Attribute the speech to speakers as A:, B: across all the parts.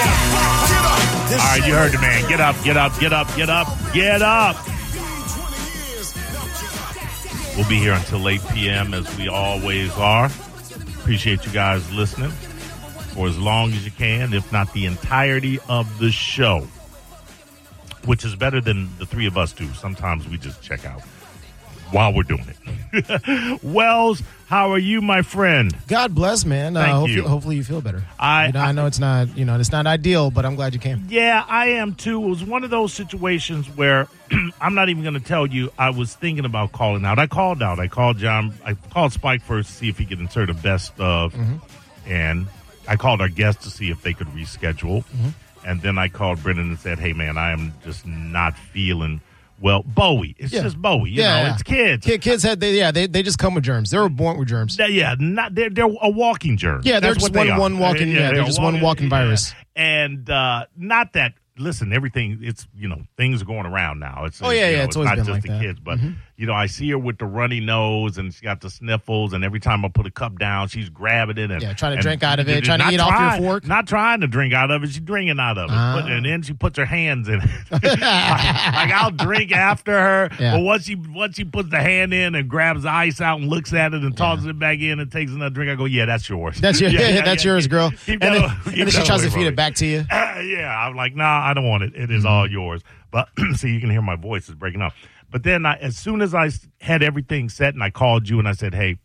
A: All right, you heard the man. Get up, get up, get up, get up, get up. We'll be here until 8 p.m. as we always are. Appreciate you guys listening for as long as you can, if not the entirety of the show, which is better than the three of us do. Sometimes we just check out while we're doing it. Wells, how are you, my friend?
B: God bless, man.
A: Thank
B: uh, hopefully,
A: you.
B: hopefully you feel better.
A: I-
B: you know, I, know it's not, you know, it's not ideal, but I'm glad you came.
A: Yeah, I am too. It was one of those situations where I'm not even going to tell you. I was thinking about calling out. I called out. I called John. I called Spike first to see if he could insert a best of,
B: Mm-hmm.
A: and I called our guest to see if they could reschedule.
B: Mm-hmm.
A: And then I called Brendan and said, "Hey, man, I am just not feeling well. Bowie. It's
B: Yeah.
A: just Bowie. You know, it's kids.
B: Kid, kids had, they, yeah, they, they just come with germs. They were born with germs.
A: They- yeah, not they're they're a walking germ.
B: Yeah, they're
A: That's
B: just
A: what they
B: one-
A: are.
B: one walking- yeah, they're
A: a
B: just one walking virus.
A: yeah. And uh, not that. Listen, everything it's you know things are going around now. It's
B: Oh, yeah,
A: you
B: yeah,
A: know,
B: it's always
A: not
B: been
A: just
B: like
A: the
B: that. Mm-hmm.
A: kids, but you know I see her with the runny nose and she got the sniffles, and every time I put a cup down, she's grabbing it and
B: Yeah, trying to
A: and-
B: drink out of it, trying to
A: not
B: eat off your
A: trying-
B: fork.
A: Not trying to drink out of it, she's drinking out of it, But-
B: Ah.
A: and then she puts her hands in it. like I'll drink after her,
B: Yeah.
A: but once she once she puts the hand in and grabs the ice out and looks at it and tosses it back in and takes another drink, I go, yeah, that's yours.
B: That's your,
A: Yeah, yeah,
B: that's
A: yeah.
B: yours, girl.
A: Keep
B: and
A: that
B: then,
A: away-
B: and
A: keep
B: then she
A: that
B: tries
A: away
B: to
A: from
B: feed
A: me.
B: it back to you.
A: yeah, I'm like, nah, I don't want it. It is all
B: Mm-hmm.
A: yours. But so you can hear my voice is breaking up. But then I, as soon as I s- had everything set and I called you and I said, hey,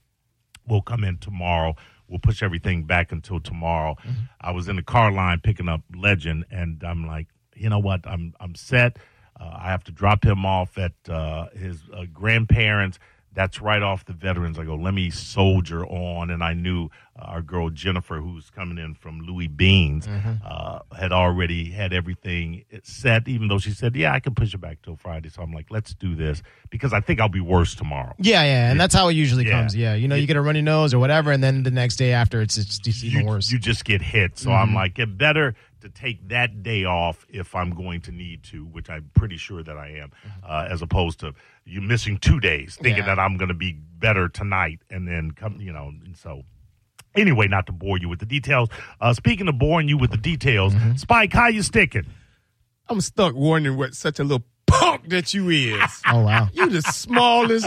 A: we'll come in tomorrow. We'll push everything back until tomorrow. I was in the car line picking up Legend, and I'm like, you know what? I'm I'm set. Uh, I have to drop him off at uh, his uh, grandparents. That's right off the veterans. I go, let me soldier on. And I knew uh, our girl Jennifer, who's coming in from Louis Beans, uh, had already had everything set, even though she said, yeah, I can push it back till Friday. So I'm like, let's do this because I think I'll be worse tomorrow.
B: Yeah, yeah, and that's how it usually
A: Yeah.
B: comes. Yeah, you know, you get a runny nose or whatever, and then the next day after, it's it's, just even
A: you,
B: worse.
A: you just get hit. So I'm like, it better to take that day off if I'm going to need to, which I'm pretty sure that I am, uh, as opposed to you missing two days thinking
B: Yeah.
A: that I'm going to be better tonight and then come, you know, and so. Anyway, not to bore you with the details. Uh, speaking of boring you with the details, Spike, how you sticking?
C: I'm stuck wondering what such a little punk that you is.
B: oh wow.
C: You the smallest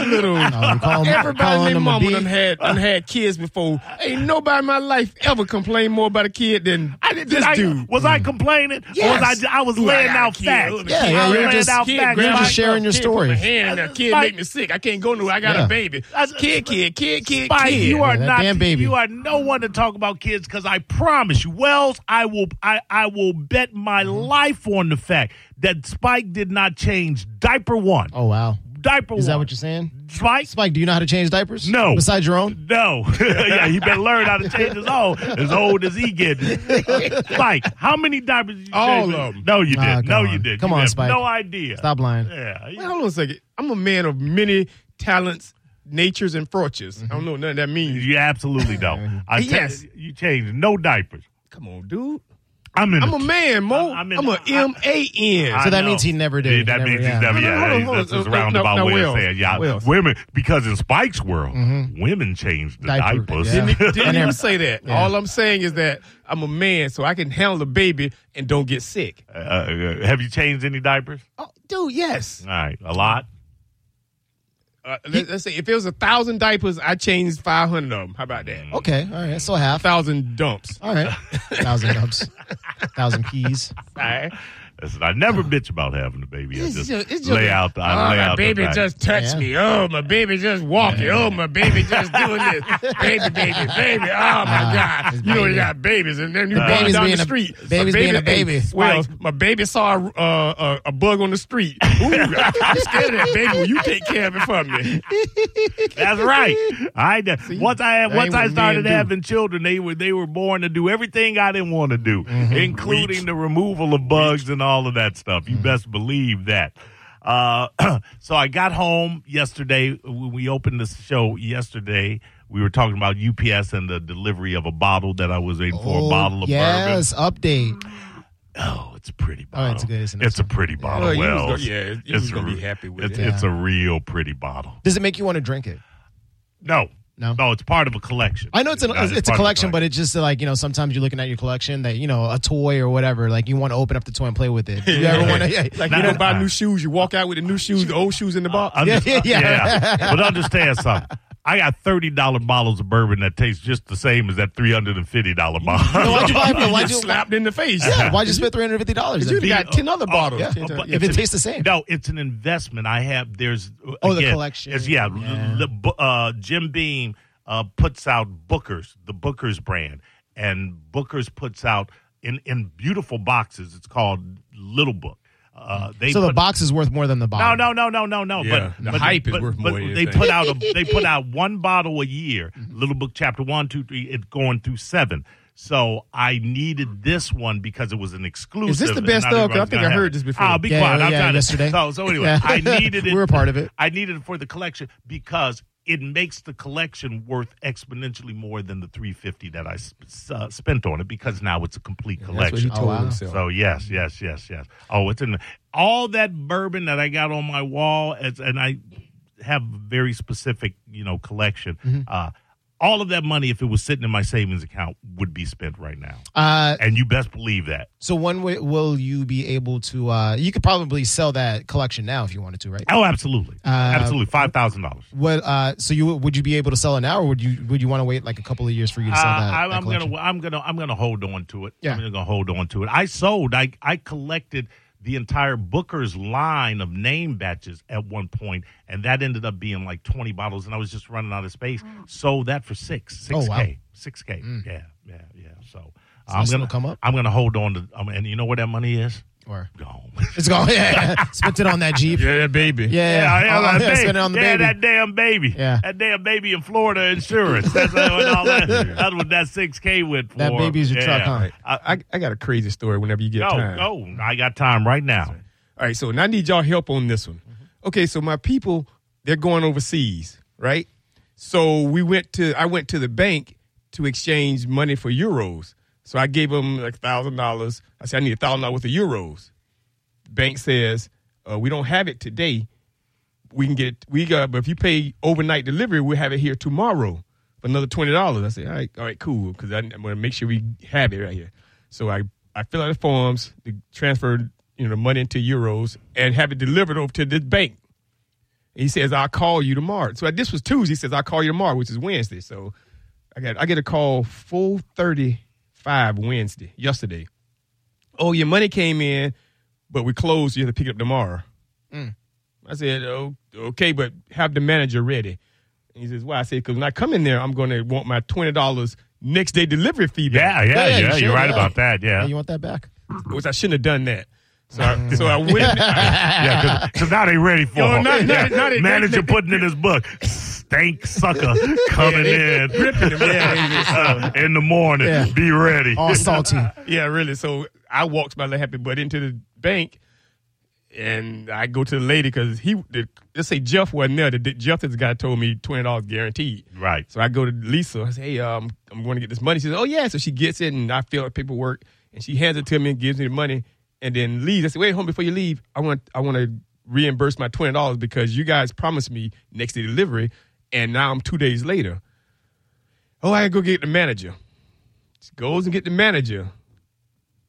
C: little.
B: Oh, you call 'em- calling
C: Everybody
B: them
C: named
B: a
C: mama
B: bee?
C: done had, done had kids before. Ain't nobody in my life ever complained more about a kid than I did, this
A: I-
C: dude. mm.
A: was I complaining? Or was
C: Yes.
A: I, I was
C: Ooh, I
A: laying
C: got a
A: out
C: kid.
A: facts.
B: yeah,
C: Yeah,
A: I was
B: you're
A: laying
B: just-
A: out
C: kid
A: facts.
C: grabbed
B: You're just
A: Spike.
C: my-
B: sharing your
C: kid put my
B: story.
C: hand in there. Kid
A: Spike.
C: make me sick. I can't go nowhere. I got
B: Yeah.
C: a baby.
A: That's-
C: Kid, kid, kid, kid,
A: Spike,
C: kid.
A: you are
B: that
A: not
B: damn baby.
A: you are no one to talk about kids because I promise you, Wells, I will I, I will bet my
B: Mm-hmm.
A: life on the fact that Spike did not change diaper one.
B: Oh wow.
A: Diaper one.
B: Is that what you're saying?
A: Spike?
B: Spike, do you know how to change diapers?
A: No.
B: Besides your own?
A: No. yeah, he better learn how to change his own. As old as he getting. Spike, how many diapers did you
C: All
A: change?
C: of 'em.
A: No, you
B: Nah,
A: didn't. No,
B: come
A: you
B: on.
A: didn't.
B: Come
A: You
B: on,
A: have
B: Spike.
A: No idea.
B: Stop lying.
A: Yeah. you-
C: Wait, hold on a second. I'm a man of many talents, natures, and fortunes. I
B: Mm-hmm.
C: don't know what none of that means.
A: You absolutely don't. I tell-
C: Yes.
A: you changed no diapers.
C: Come on, dude.
A: I'm in.
C: I'm
A: the-
C: a man, Mo.
A: I- I
C: I'm,
A: mean,
C: a
A: I-
C: M A N.
A: I
B: So that
A: know.
B: means he never did.
A: Yeah,
B: He
A: that
B: never-
A: means
B: yeah.
A: he's never.
C: No, no,
A: Yeah,
C: hold on,
A: he's-
C: hold on.
A: that's his
C: No, no,
A: roundabout
C: no,
A: way of
C: Will.
A: saying, yeah,
C: Will. Mm-hmm.
A: women because in Spike's world, women change the
B: Diaper,
A: diapers.
B: yeah.
C: Didn't
B: Yeah.
C: even say that.
B: Yeah.
C: All I'm saying is that I'm a man, so I can handle a baby and don't get sick.
A: Uh, uh, have you changed any diapers?
C: Oh, dude, yes.
A: All right, a lot.
C: Uh, let, us say if it was a thousand diapers, I changed 500 of them. How about that?
B: Okay, all right. So half.
C: thousand dumps.
B: All right. Thousand dubs. Thousand peas.
C: All right.
A: Listen, I never bitch about having a baby. I
C: It's
A: just,
C: just- it's just-
A: lay out the. I
C: oh,
A: lay
C: my
A: out the
C: baby
A: fact.
C: just touched
B: Yeah.
C: me. Oh, my baby just walking. Oh, my baby just doing this. baby, baby, baby. Oh my
B: Uh,
C: God!
B: this
C: You know
B: baby.
C: you got babies, and then you walking
B: baby's
C: down the
B: being a-
C: street. My
B: baby's being a baby.
C: Well,
A: Spike.
C: my baby saw a, uh, a, a bug on the street. Ooh, I'm scared of that baby. Will you take care of it for me?
A: That's right. I did- once I had,
C: that
A: once
C: ain't
A: I
C: what
A: started
C: men do.
A: having children, they were they were born to do everything I didn't want to do,
B: Mm-hmm.
A: including the removal of bugs and all of that stuff.
B: Mm-hmm.
A: You best believe that. Uh, so I got home yesterday. When we opened the show yesterday, we were talking about UPS and the delivery of a bottle that I was waiting for a bottle of bourbon.
B: Oh, yes, update.
A: Oh, it's a pretty
B: Oh,
A: bottle.
B: it's good, isn't it?
A: It's a pretty bottle.
C: Well, you was
B: Oh,
A: Wells.
C: gonna- yeah, you
A: It's
C: was
A: a
C: gonna be
A: re-
C: happy with
A: it's,
C: it.
A: It's a real pretty bottle.
B: Does it make you want to drink it?
A: No.
B: No.
A: No, it's part of a collection.
B: I know it's a
A: Not-
B: it's, a
A: part of
B: collection, but it's just like you know sometimes you're looking at your collection that you know a toy or whatever like you want to open up the toy and play with it. You ever want to? Yeah,
C: Like
A: Nah,
C: you don't buy
B: uh,
A: nah.
C: new shoes, you walk out with the new shoes, the old shoes in the box.
A: Under-
B: Yeah, yeah, yeah.
A: But understand something. I got thirty dollar bottles of bourbon that tastes just the same as that three hundred and fifty dollar bottle.
B: No, why'd you buy it for?
C: you
B: Why'd
C: get
B: you?
C: slapped in the face.
B: Yeah, why'd you spend three hundred fifty dollars?
C: You got ten other bottles.
B: yeah.
C: Ten-
A: uh, But
B: If it
A: it's an-
B: tastes the same.
A: No, it's an investment. I have. There's
B: Oh, the
A: again,
B: collection.
A: It's, yeah,
B: Yeah.
A: the bu- uh, Jim Beam uh, puts out Booker's, the Booker's brand, and Booker's puts out in in beautiful boxes. It's called Little Book. Uh, they
B: So the
A: put-
B: box is worth more than the
A: No,
B: bottle.
A: no, no, no, no, no.
C: Um, Yeah.
A: But
C: The
A: but-
C: hype is
A: but-
C: worth
A: but
C: more Mm-hmm. than
A: They
C: anything.
A: put out a they put out one bottle a year. Little book chapter one, two, three. It's going through seven. So I needed this one because it was an exclusive.
C: the
A: and
C: best,
A: not
C: though? 'Cause I
A: everybody's
C: think
A: gonna
C: I
A: have
C: heard
A: it.
C: this before.
A: Oh, be
B: Yeah,
A: quiet! I'm
B: yeah,
A: trying
B: yesterday.
A: to. So, so anyway,
B: Yeah.
A: I needed it.
B: We were a part of it.
A: I needed it for the collection because it makes the collection worth exponentially more than the 350 that I sp- s- uh, spent on it because now it's a complete
C: That's what he
A: collection.
C: told
B: Oh, wow.
C: himself.
A: So yes, yes, yes, yes. Oh, it's in the, all that bourbon that I got on my wall, as, and I have a very specific, you know, collection. Uh, all of that money, if it was sitting in my savings account, would be spent right now.
B: Uh,
A: And you best believe that.
B: so when wi- will you be able to? Uh, you could probably sell that collection now if you wanted to, right?
A: Oh, absolutely, absolutely, five thousand dollars.
B: What? Uh, so you would you be able to sell it now, or would you would you want to wait like a couple of years for you to sell that?
A: I,
B: that
A: Uh, I'm
B: collection?
A: gonna, I'm gonna, I'm gonna hold on to it.
B: Yeah.
A: I'm gonna hold on to it. I sold. I, I collected the entire Booker's line of name batches at one point, and that ended up being like 20 bottles, and I was just running out of space. Sold that for six, six
B: Oh, wow. Mm.
A: k, six k. Yeah, yeah, yeah. So. I'm
B: that's
A: gonna
B: gonna come up?
A: I'm gonna hold on to, um, and you know where that money is?
B: Or
A: Gone.
B: it's going. Yeah, spent it on that jeep. Yeah,
C: Yeah, baby.
B: yeah,
A: yeah,
B: Oh,
A: that
B: yeah,
A: baby.
B: spent it on the
A: Yeah,
B: baby.
A: that damn baby.
B: Yeah.
A: That damn baby in Florida insurance. That's what, all that, that's what that 6K went for.
B: That baby's your truck,
A: Yeah.
B: huh?
C: I, I got a crazy story whenever you get
A: Go,
C: time.
A: go. I got time right now.
C: All right, so and I need y'all help on this one. Okay, so my people, they're going overseas, right? So we went to I went to the bank to exchange money for euros. So I gave them like thousand dollars. I said I need a thousand dollars worth of euros. The bank says uh, we don't have it today. We can get it. We got, but if you pay overnight delivery, we'll have it here tomorrow for another twenty dollars. I said, all right, all right, cool, because I'm going to make sure we have it right here. So I I fill out the forms, to transfer you know the money into euros, and have it delivered over to this bank. He says, I'll call you tomorrow. So this was Tuesday. He says, I'll call you tomorrow, which is Wednesday. So I got I get a call 435 Wednesday, yesterday. Oh, your money came in, but we closed. You have to pick it up tomorrow. I said, oh, okay, but have the manager ready. And he says, why? I said, because when I come in there, I'm going to want my $20 next day delivery fee
A: Yeah,
C: back,
A: yeah,
B: Yeah,
A: yeah.
B: you should,
A: You're right
B: yeah.
A: about that. Yeah,
B: you want that back?
C: which I shouldn't have done that. So I, so I went. I-
A: yeah. Because now they ready for
C: Yo,
A: him.
C: not-
A: yeah.
C: not- not-
A: Manager
C: not-
A: putting in his book, stank sucker coming in uh, in the morning.
B: Yeah.
A: Be ready.
B: All Oh, salty.
C: yeah, really. So I walked my little happy butt into the bank, and I go to the lady because he, the, let's say Jeff wasn't there. The, the Jeff, this guy told me twenty dollars guaranteed.
A: Right.
C: So I go to Lisa. I say, hey, um, I'm going to get this money. She says, oh yeah. So she gets it, and I fill out paperwork, and she hands it to me and gives me the money, and then leaves. I say, wait, home before you leave, I want, I want to reimburse my twenty dollars because you guys promised me next day delivery, and now I'm two days later. Oh, I gotta go get the manager. She goes and get the manager.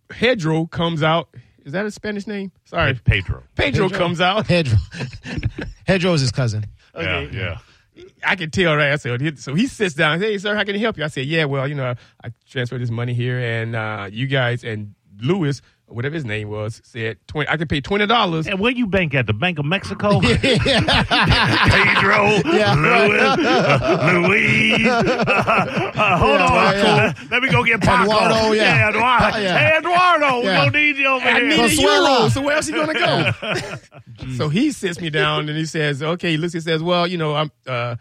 C: Pedro comes out. Is that a Spanish name? Sorry.
A: Pedro.
C: Pedro,
B: Pedro.
C: comes out.
B: Hedro. Hedro is his cousin.
C: Okay.
A: Yeah,
C: I can tell, right? I said, he- so he sits down. Hey, sir, how can I help you? I said, yeah, well, you know, I transferred this money here, and uh, you guys and Lewis, or whatever his name was, said 20, I can pay twenty dollars.
A: yeah. And where you bank at? The Bank of Mexico? Pedro,
B: Yeah.
A: Louis, uh, Louise. Uh, uh, hold
B: Yeah,
A: on.
B: yeah.
A: Uh, Let me go get Paco.
B: Eduardo, yeah.
A: Eduardo.
B: Yeah.
A: Hey, Eduardo,
B: Yeah.
A: we don't need you over
C: I
A: here.
C: need a
B: Consuela.
C: euro. So where else you gonna go? so he sits me down and he says, "Okay." Lucy says, "Well, you know, I'm. Uh,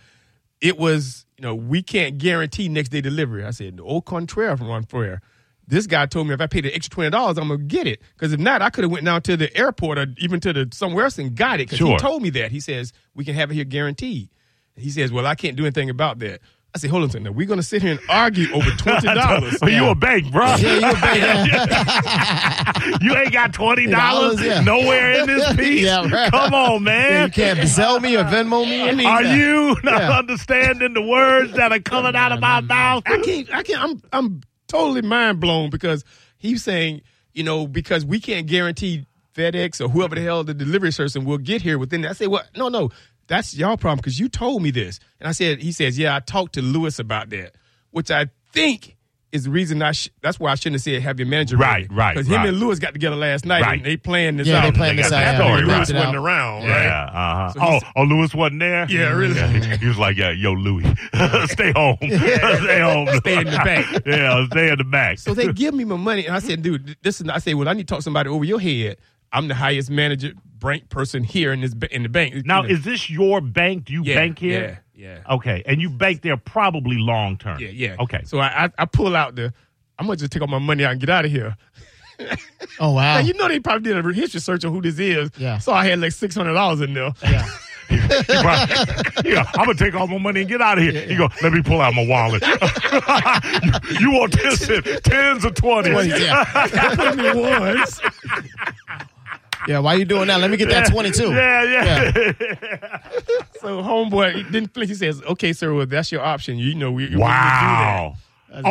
C: it was, you know, we can't guarantee next day delivery." I said, "Au contraire, from Ron Frere." This guy told me if I paid an extra twenty dollars, I'm gonna get it. Because if not, I could have went down to the airport or even to the somewhere else and got it. Because
A: Sure.
C: he told me that. He says we can have it here guaranteed. He says, "Well, I can't do anything about that." I said, hold on a second. Now, we're going to sit here and argue over $20.
A: So you a bank, bro.
B: Yeah, you a bank. Yeah.
A: You ain't got twenty dollars
B: Dollars, yeah.
A: nowhere in this piece.
B: Yeah, right.
A: Come on,
B: Yeah,
A: man.
B: you can't Zell me or Venmo me. I need
A: Are
B: that.
A: you not
B: Yeah.
A: understanding the words that are coming out of my mouth?
C: I can't. I can't. I'm I'm totally mind blown because he's saying, you know, because we can't guarantee FedEx or whoever the hell the delivery person will get here within. I say, well, no, no, that's y'all problem because you told me this, and I said, he says, yeah, I talked to Lewis about that, which I think. Is the reason I sh- that's why I shouldn't have said have your manager
A: Right, right,
C: because him
A: right.
C: and Lewis got together last night
A: Right.
C: and they planned this
B: Yeah,
C: out
B: they planned
A: this
C: got
A: out,
C: that
A: yeah.
C: story
A: They
C: Lewis
B: mapped it out.
C: wasn't around right
A: Yeah. Uh-huh.
C: So
A: oh,
C: he's-
A: oh, Lewis wasn't there.
C: Yeah, really.
A: he was like, yeah, "Yo, Louis, stay home. stay home.
C: Stay in the back.
A: yeah, stay in the back."
C: So they give me my money, and I said, "Dude, th- this is." I said, "Well, I need to talk to somebody over your head. I'm the highest manager bank person here in this ba- in the bank." You
A: now,
C: know,
A: is this your bank? Do you
C: yeah,
A: bank here?
C: Yeah, yeah,
A: Okay, and you bank there probably long term.
C: yeah, yeah.
A: Okay.
C: So I, I I pull out the. I'm gonna just take all my money out and get out of here.
B: Oh wow.
C: Now, you know they probably did a history search on who this is.
B: Yeah.
C: So I had like six hundred dollars in there.
B: yeah.
A: yeah, I'm gonna take all my money and get out of here. You go, let me pull out my wallet. you, you want this in tens or twenties?
B: Twenties, yeah.
C: Put me once.
B: yeah. Why you doing that? Let me get that twenty two.
A: Yeah, yeah.
C: So homeboy he didn't flinch. He says, "Okay, sir, well that's your option. You know we we- we do that."
A: Wow.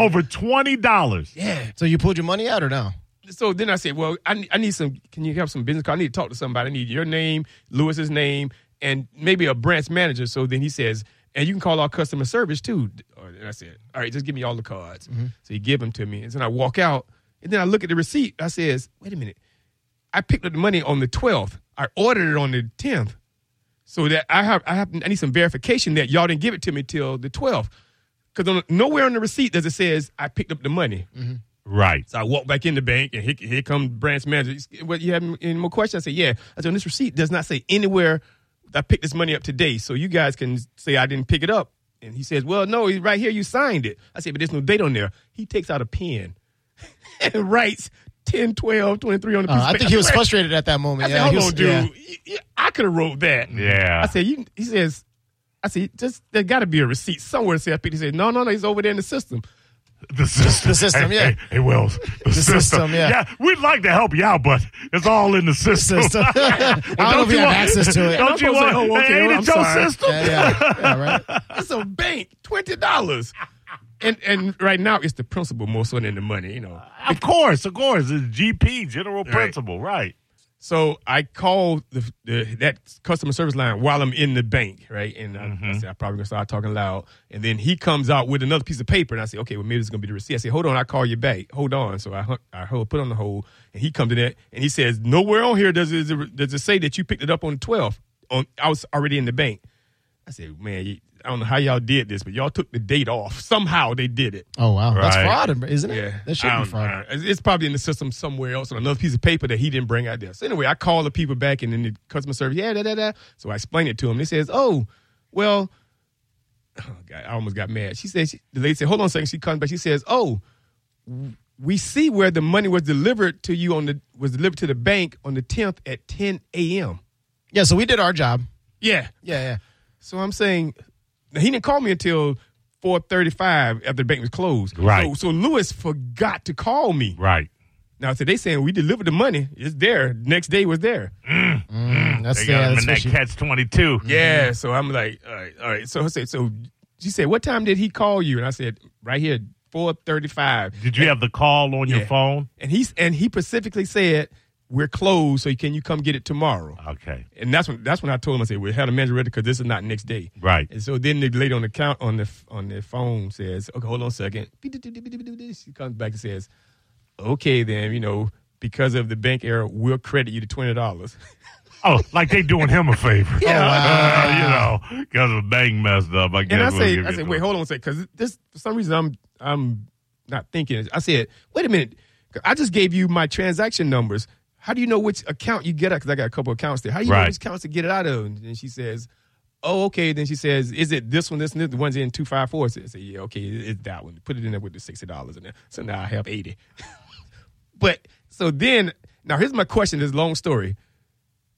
A: Over twenty dollars.
C: Yeah.
B: So you pulled your money out or no?
C: so then I said, well, I, ne- I need some. Can you have some business card? I need to talk to somebody. I need your name, Lewis's name, and maybe a branch manager. So then he says, and you can call our customer service too. And I said, all right, just give me all the cards. So he give them to me, and then I walk out, and then I look at the receipt. I says, wait a minute, I picked up the money on the twelfth. I ordered it on the tenth, so that I have I have I need some verification that y'all didn't give it to me till the twelfth, because nowhere on the receipt does it says I picked up the money.
A: Right.
C: So I walk back in the bank, and here, here comes branch manager. He's, What you have any more questions? I say, yeah. I said, this receipt does not say anywhere I picked this money up today, so you guys can say I didn't pick it up. And he says, well, no, it's right here you signed it. I said, but there's no date on there. He takes out a pen and writes 10, 12, 23 on the piece.
B: Uh,
C: of
B: I
C: paper.
B: think he was
C: swear-
B: frustrated at that moment.
C: I said,
B: yeah,
C: hold
B: he was,
C: on, dude.
B: yeah.
C: Y- y- I could have wrote that.
A: Yeah.
C: I said, you, he says, I said, just there got to be a receipt somewhere. to Say I picked. He said, no, no, no, he's over there in the system.
A: The system.
B: The system,
A: Hey,
B: yeah.
A: Hey, hey, Wells. The,
B: system, yeah.
A: We'd like to help you out, but it's all in the system.
B: System. I don't know if
A: you
B: you have
A: want-
B: access to it.
A: Don't
C: I'm
A: you
C: supposed
A: want?
C: to say, oh, okay,
A: hey, ain't
C: well,
A: it your
C: I'm sorry.
A: system?
B: yeah, yeah, yeah, right.
C: It's a bank, twenty dollars, and and right now it's the principal more so than the money, you know.
A: Of course, of course. It's GP, general principle, right?
C: So I called the, the that customer service line while I'm in the bank, right? And I, I said I'm probably gonna start talking loud, and then he comes out with another piece of paper, and I say, okay, well maybe this is gonna be the receipt. I say, hold on, I call you back. Hold on. So I hu- I hold, put on the hold, and he comes in there, and he says, nowhere on here does it does it say that you picked it up on the 12th. On I was already in the bank. I said, man, you- I don't know how y'all did this, but y'all took the date off. Somehow they did it.
B: Oh wow, that's
A: Right.
B: fraud, isn't it?
C: Yeah,
B: that should
C: I
B: be
C: don't-
B: fraud.
C: I- It's it's probably in the system somewhere else on another piece of paper that he didn't bring out there. So anyway, I call the people back and then the customer service, yeah, da da da. So I explain it to him. They says, oh, well, oh God, I almost got mad. She says, she- the lady said, hold on a second. She comes back. She says, oh, we see where the money was delivered to you on the was delivered to the bank on the tenth at ten a.m.
B: Yeah, so we did our job.
C: Yeah,
B: Yeah, yeah.
C: so I'm saying now, he didn't call me until 4:35 after the bank was closed.
A: Right.
C: So, so Lewis forgot to call me.
A: Right.
C: Now, so they saying we delivered the money. It's there. Next day was there.
B: Mm, that's
A: They
B: yeah,
A: got him
B: that's
A: in that
B: fishy.
A: catch twenty two.
C: Yeah. So I'm like, all right, all right. So I said, so she said, what time did he call you? And I said, right here, 4:35.
A: Did you have the call on your
C: Yeah.
A: phone?
C: And he's and he specifically said, we're closed. So can you come get it tomorrow?
A: Okay.
C: And that's when that's when I told him I said, "Well, had a manager ready because this is not next day."
A: Right.
C: And so then the lady on the count on the on the phone says, "Okay, hold on a second. She comes back and says, "Okay, then you know because of the bank error, we'll credit you the twenty dollars."
A: Oh, like they doing him a favor.
C: Yeah.
A: Uh, you know, because the bank messed up. I guess.
C: And I
A: we'll
C: say,
A: give
C: I
A: you
C: said,
A: the-
C: "Wait, hold on a second, because this for some reason I'm I'm not thinking." it." I said, "Wait a minute, 'cause I just gave you my transaction numbers. How do you know which account you get out? Because I got a couple accounts there. How do you know
A: Right.
C: which accounts to get it out of?" And she says. Oh, okay. Then she says, "Is it this one? This and this? The one's in two five four. I said, "Yeah, okay, it- it's that one. Put it in there with the sixty dollars in there. So now I have eighty. but so then, now here's my question. This long story.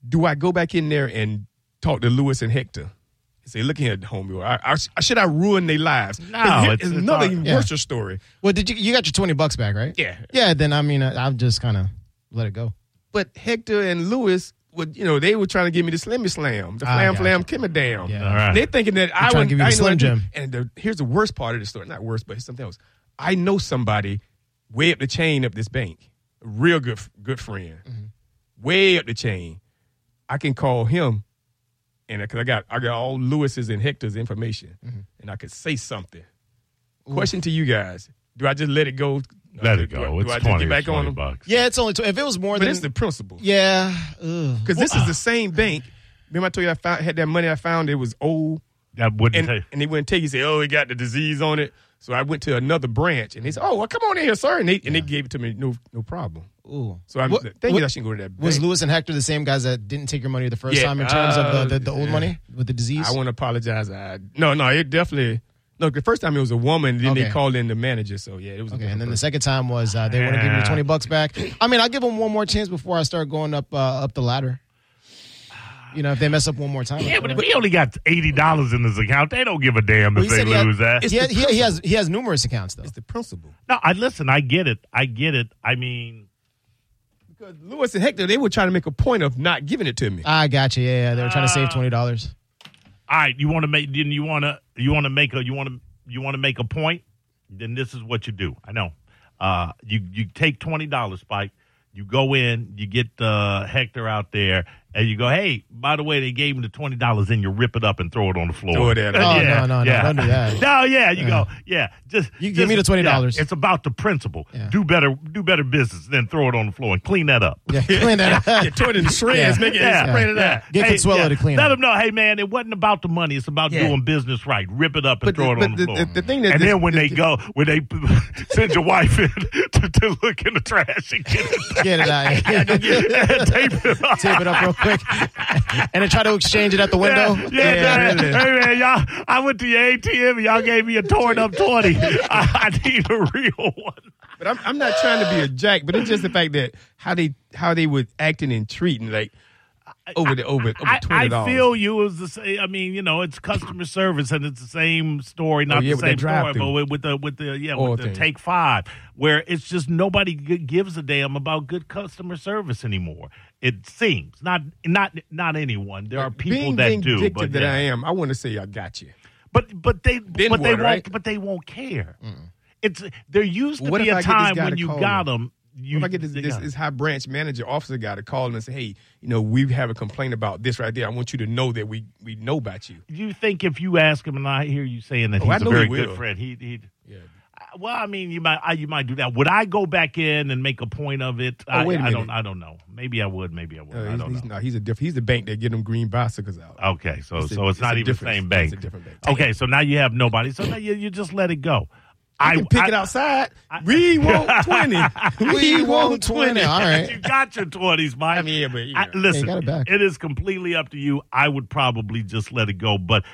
C: Do I go back in there and talk to Lewis and Hector? say, "Look here, homie, I, I, sh- should I ruin their lives?"
A: No,
C: And here
A: it's-
C: is
A: it's
C: another
A: all-
C: even
B: yeah.
C: worse story.
B: Well, did you you got your twenty bucks back, right?
C: Yeah.
B: Yeah. Then I mean, I, I've just kind of let it go.
C: But Hector and Lewis, would you know, they were trying to give me the Slimmy Slam, the
B: Ah,
C: Flam
B: gotcha.
C: Flam Kimmy Down.
B: Yeah.
A: All right.
C: They're thinking that
B: trying
C: I
B: to
C: would
B: give you
C: I
B: the
C: ain't
B: Slim
C: gonna do-
B: Jim.
C: And the, here's the worst part of the story. Not worst, but it's something else. I know somebody way up the chain of this bank, a real good good friend,
B: Mm-hmm.
C: way up the chain. I can call him, and because I got I got all Lewis's and Hector's information,
B: Mm-hmm.
C: and I could say something. Question to you guys: Do I just let it go?
A: Let it
C: Do
A: go.
C: I- do I
A: It's
C: just
A: twenty.
C: get back on
A: 20
C: them?
A: bucks.
B: Yeah, it's only tw- if it was more
C: But
B: than
C: it's the principle.
B: yeah. Ugh.
C: Because this is the same bank. Remember, I told you I found, had that money I found. It was old,
A: That wouldn't
C: and,
A: take.
C: and they wouldn't take. it. You say, "Oh, it got the disease on it." So I went to another branch, and they said, "Oh, well, come on in here, sir." And they, and they gave it to me, no, no problem.
B: Ooh.
C: So I'm
B: What-
C: thinking
B: what-
C: I shouldn't go to that. Bank.
B: Was Lewis and Hector the same guys that didn't take your money the first
C: Yeah,
B: time in terms
C: uh,
B: of the, the, the old
C: yeah.
B: money with the disease?
C: I want to apologize. I, no, no, it definitely. Look, the first time it was a woman. Then they
B: Okay.
C: called in the manager. So yeah, it was. a
B: Okay,
C: different
B: and then the
C: person.
B: second time was uh, they want to give me
A: Yeah.
B: twenty bucks back. I mean, I give them one more chance before I start going up uh, up the ladder. You know, if they mess up one more time.
A: Yeah, but we only got eighty dollars in this account. They don't give a damn
B: Well,
A: if
B: he
A: they
B: said he
A: lose
B: had-
C: eh?
A: that.
B: he, had- he, he has he has numerous accounts though.
C: it's the principle.
A: No, I listen. I get it. I get it. I mean,
C: Because Lewis and Hector, they were trying to make a point of not giving it to me.
B: I got you. Yeah, yeah, they were trying to save twenty dollars.
A: all right. You want to make? Then you want to? You want to make a? You want to? You want to make a point? Then this is what you do. I know. Uh, you you take twenty dollars, Spike. You go in. You get uh, Hector out there, and you go, "Hey, by the way, they gave him the twenty dollars." And you rip it up and throw it on the floor.
C: Throw it at him.
B: Oh, no, no, no, don't do that.
A: No, yeah, you go, yeah. Just
B: You
A: just-
B: give me the $20.
A: yeah, it's about the principle.
B: Yeah.
A: Do better, do better business, then throw it on the floor and clean that up.
B: Yeah, clean that up.
C: Get tore it in shreds,
B: Yeah.
C: nigga.
A: Yeah,
C: Spread it
A: yeah.
C: out.
B: Get Consuelo to clean
A: Let
B: up.
A: them know, hey man, it wasn't about the money. It's about
C: Yeah.
A: doing business right. Rip it up and
C: But
A: throw
C: the-
A: it
C: but
A: on the,
C: the-
A: floor.
C: the- the thing that
A: and
C: this-
A: then when
C: the-
A: they go, when they send your wife in to, to look in the trash and get it,
B: Get it out.
A: tape it up.
B: Tape it up real quick, and then try to exchange it at the window.
A: Yeah, yeah, man. hey man, y'all. I went to your ATM and y'all gave me a torn up twenty. I, I need a real one.
C: But I'm, I'm not trying to be a jack, but it's just the fact that how they how they were acting and treating like over the over over
A: I,
C: twenty
A: I
C: dollars.
A: feel you is the same. I mean, you know, it's customer service, and it's the same story, not
C: Oh, yeah,
A: the
C: with that
A: same story,
C: drive-through.
A: but with, with the with the yeah
C: Oil
A: with the
C: thing.
A: take five, where it's just nobody g- gives a damn about good customer service anymore. It seems not not not anyone. There are people
C: being
A: that do,
C: vindictive
A: but
C: that
A: yeah.
C: I am, I want to say I got you.
A: but but they but
C: Then
A: they
C: what,
A: won't
C: right?
A: but they won't care. It's there used to
C: What
A: be
C: if
A: a
C: I get this
A: time
C: guy
A: when
C: to
A: you
C: call
A: got
C: me?
A: them. You
C: if I get this,
A: they
C: this,
A: got
C: this
A: 'em.
C: high branch manager officer guy to call and say, hey, you know, we have a complaint about this right there. I want you to know that we we know about you.
A: you think if you ask him, and I hear you saying that
C: Oh, I
A: he's a
C: know he
A: very
C: will.
A: good friend, he he'd.
C: Yeah.
A: I- Well, I mean, you might I, you might do that. Would I go back in and make a point of it? I,
C: Oh, wait a
A: I don't.
C: minute.
A: I don't know. Maybe I would. Maybe I wouldn't. I
C: No, Uh, he's,
A: don't
C: he's
A: know. Oh,
C: not. He's a different. He's the bank that get them green bicycles out.
A: okay, so
C: It's a-
A: so it's,
C: it's
A: not
C: a
A: even the
C: different-
A: same
C: it's
A: bank.
C: a different bank.
A: Okay, so now you have nobody. So now you, you just let it go.
C: I can pick
A: I-
C: it outside. we want twenty.
B: We want 20. All
A: you
B: right.
A: got your twenties, Mike.
C: I mean, yeah, but, you
A: I-
C: know.
A: listen,
B: Yeah, you got it back.
A: it is completely up to you. I would probably just let it go. But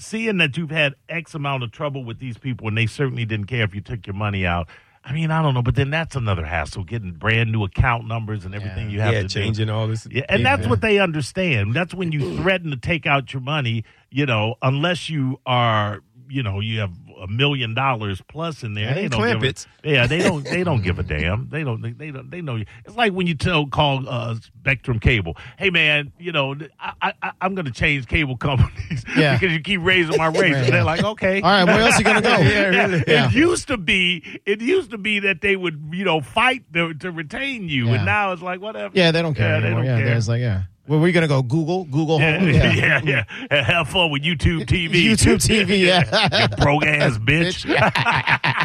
A: seeing that you've had X amount of trouble with these people, and they certainly didn't care if you took your money out. I mean, I don't know, but then that's another hassle getting brand new account numbers and everything
B: Yeah.
A: you have
C: yeah,
A: to do.
C: changing all this.
A: Yeah, and that's what they understand. That's when you threaten to take out your money, you know, unless you are, you know, you have a million dollars plus in there.
C: They ain't
A: don't give
C: clampets.
A: a, Yeah, they don't. They don't give a damn. They don't. They, they don't. They know you. It's like when you tell call uh, Spectrum Cable, "Hey man, you know, I, I- I I'm going to change cable companies
B: Yeah.
A: because you keep raising my rates."
B: Right.
A: And They're like, "Okay,
B: All right, where else you gonna go?
C: Yeah, really.
B: Yeah.
A: it used to be, it used to be that they would, you know, fight to, to retain you,
B: Yeah.
A: and now it's like whatever.
B: Yeah, they don't care
A: Yeah, they
B: anymore.
A: don't
B: yeah,
A: care.
B: there's like yeah. Well, we're gonna go Google, Google
A: Yeah,
B: Home,
A: yeah, yeah. Have fun with YouTube TV.
B: YouTube TV. Yeah.
A: You broke ass bitch.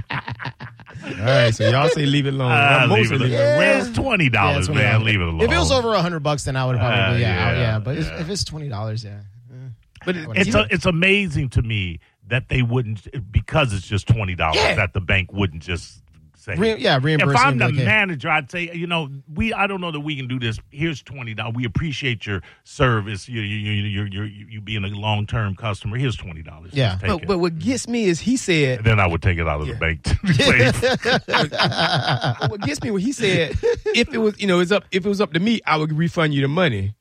C: All right, so y'all say leave it alone.
A: Ah,
C: I
A: leave
C: mostly
A: it alone.
C: leave it
B: Yeah.
A: Where's twenty
B: Yeah,
A: dollars,
B: $20.
A: man? Leave it alone.
B: If it was over a hundred bucks, then I would probably
A: Uh,
B: yeah, I-
A: yeah,
B: yeah, But it's-
A: yeah.
B: if it's twenty dollars, yeah.
C: But
A: it's a, it's amazing to me that they wouldn't because it's just twenty dollars
C: Yeah.
A: that the bank wouldn't just say.
B: Re- yeah, reimburse
A: If I'm
B: me,
A: the
B: like, hey.
A: manager, I'd say, you know, we I don't know that we can do this. Here's twenty dollars. We appreciate your service. You you you you you, you, you being a long term customer. Here's twenty dollars.
B: Yeah.
A: Just take
C: but,
A: it.
C: but what gets me is he
A: And
C: said.
A: then I would take it out of the bank.
C: Yeah.
A: To
C: what gets me when he said, if it was you know it's up if it was up to me, I would refund you the money.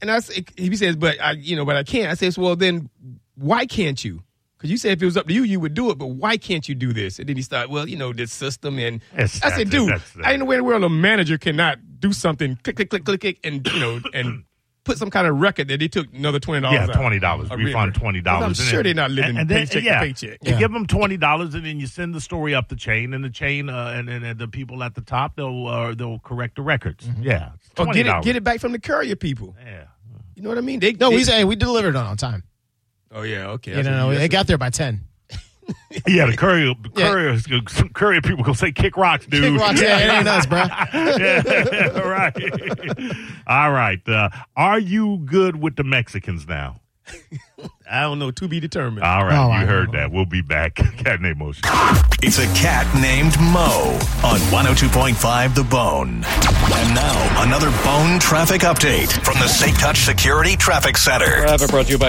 C: And I say, he says, but I you know but I can't. I says, well then why can't you? Because you said if it was up to you, you would do it, but why can't you do this? And then he started, well, you know, this system. And
A: Yes,
C: I said,
A: that's it,
C: dude,
A: that's it.
C: I ain't no way in the world a manager cannot do something, click, click, click, click, click, and, you know, and put some kind of record that they took another $20
A: Yeah,
C: out.
A: twenty dollars.
C: A
A: Refund
C: reimbursement.
A: twenty dollars.
C: I'm sure they're not living paycheck to paycheck.
A: You give them twenty dollars, and then you send the story up the chain, and the chain, uh, and, and and the people at the top, they'll uh, they'll correct the records.
B: Mm-hmm.
A: Yeah, it's
B: Oh,
C: Or
A: twenty
C: get it,
A: dollars.
C: get it back from the courier people.
A: Yeah.
C: You know what I mean? They,
B: No,
C: they,
B: we say we delivered on, on time.
C: Oh, yeah, okay.
B: You
C: I said,
B: know,
C: yes,
B: it got there by ten.
A: Yeah, the courier, the
B: Yeah.
A: courier, some courier people gonna say kick rocks, dude.
B: Kick rocks, yeah, it ain't us, bro.
A: yeah, right. All right. Uh, are you good with the Mexicans now?
C: I don't know, to be determined.
A: All right,
B: Oh,
A: you
B: I
A: heard
B: know.
A: that. We'll be back. Cat name motion.
D: It's a cat named Mo on 102.5 The Bone. And now, another bone traffic update from the Safe Touch Security Traffic Center.
E: Traffic brought to you by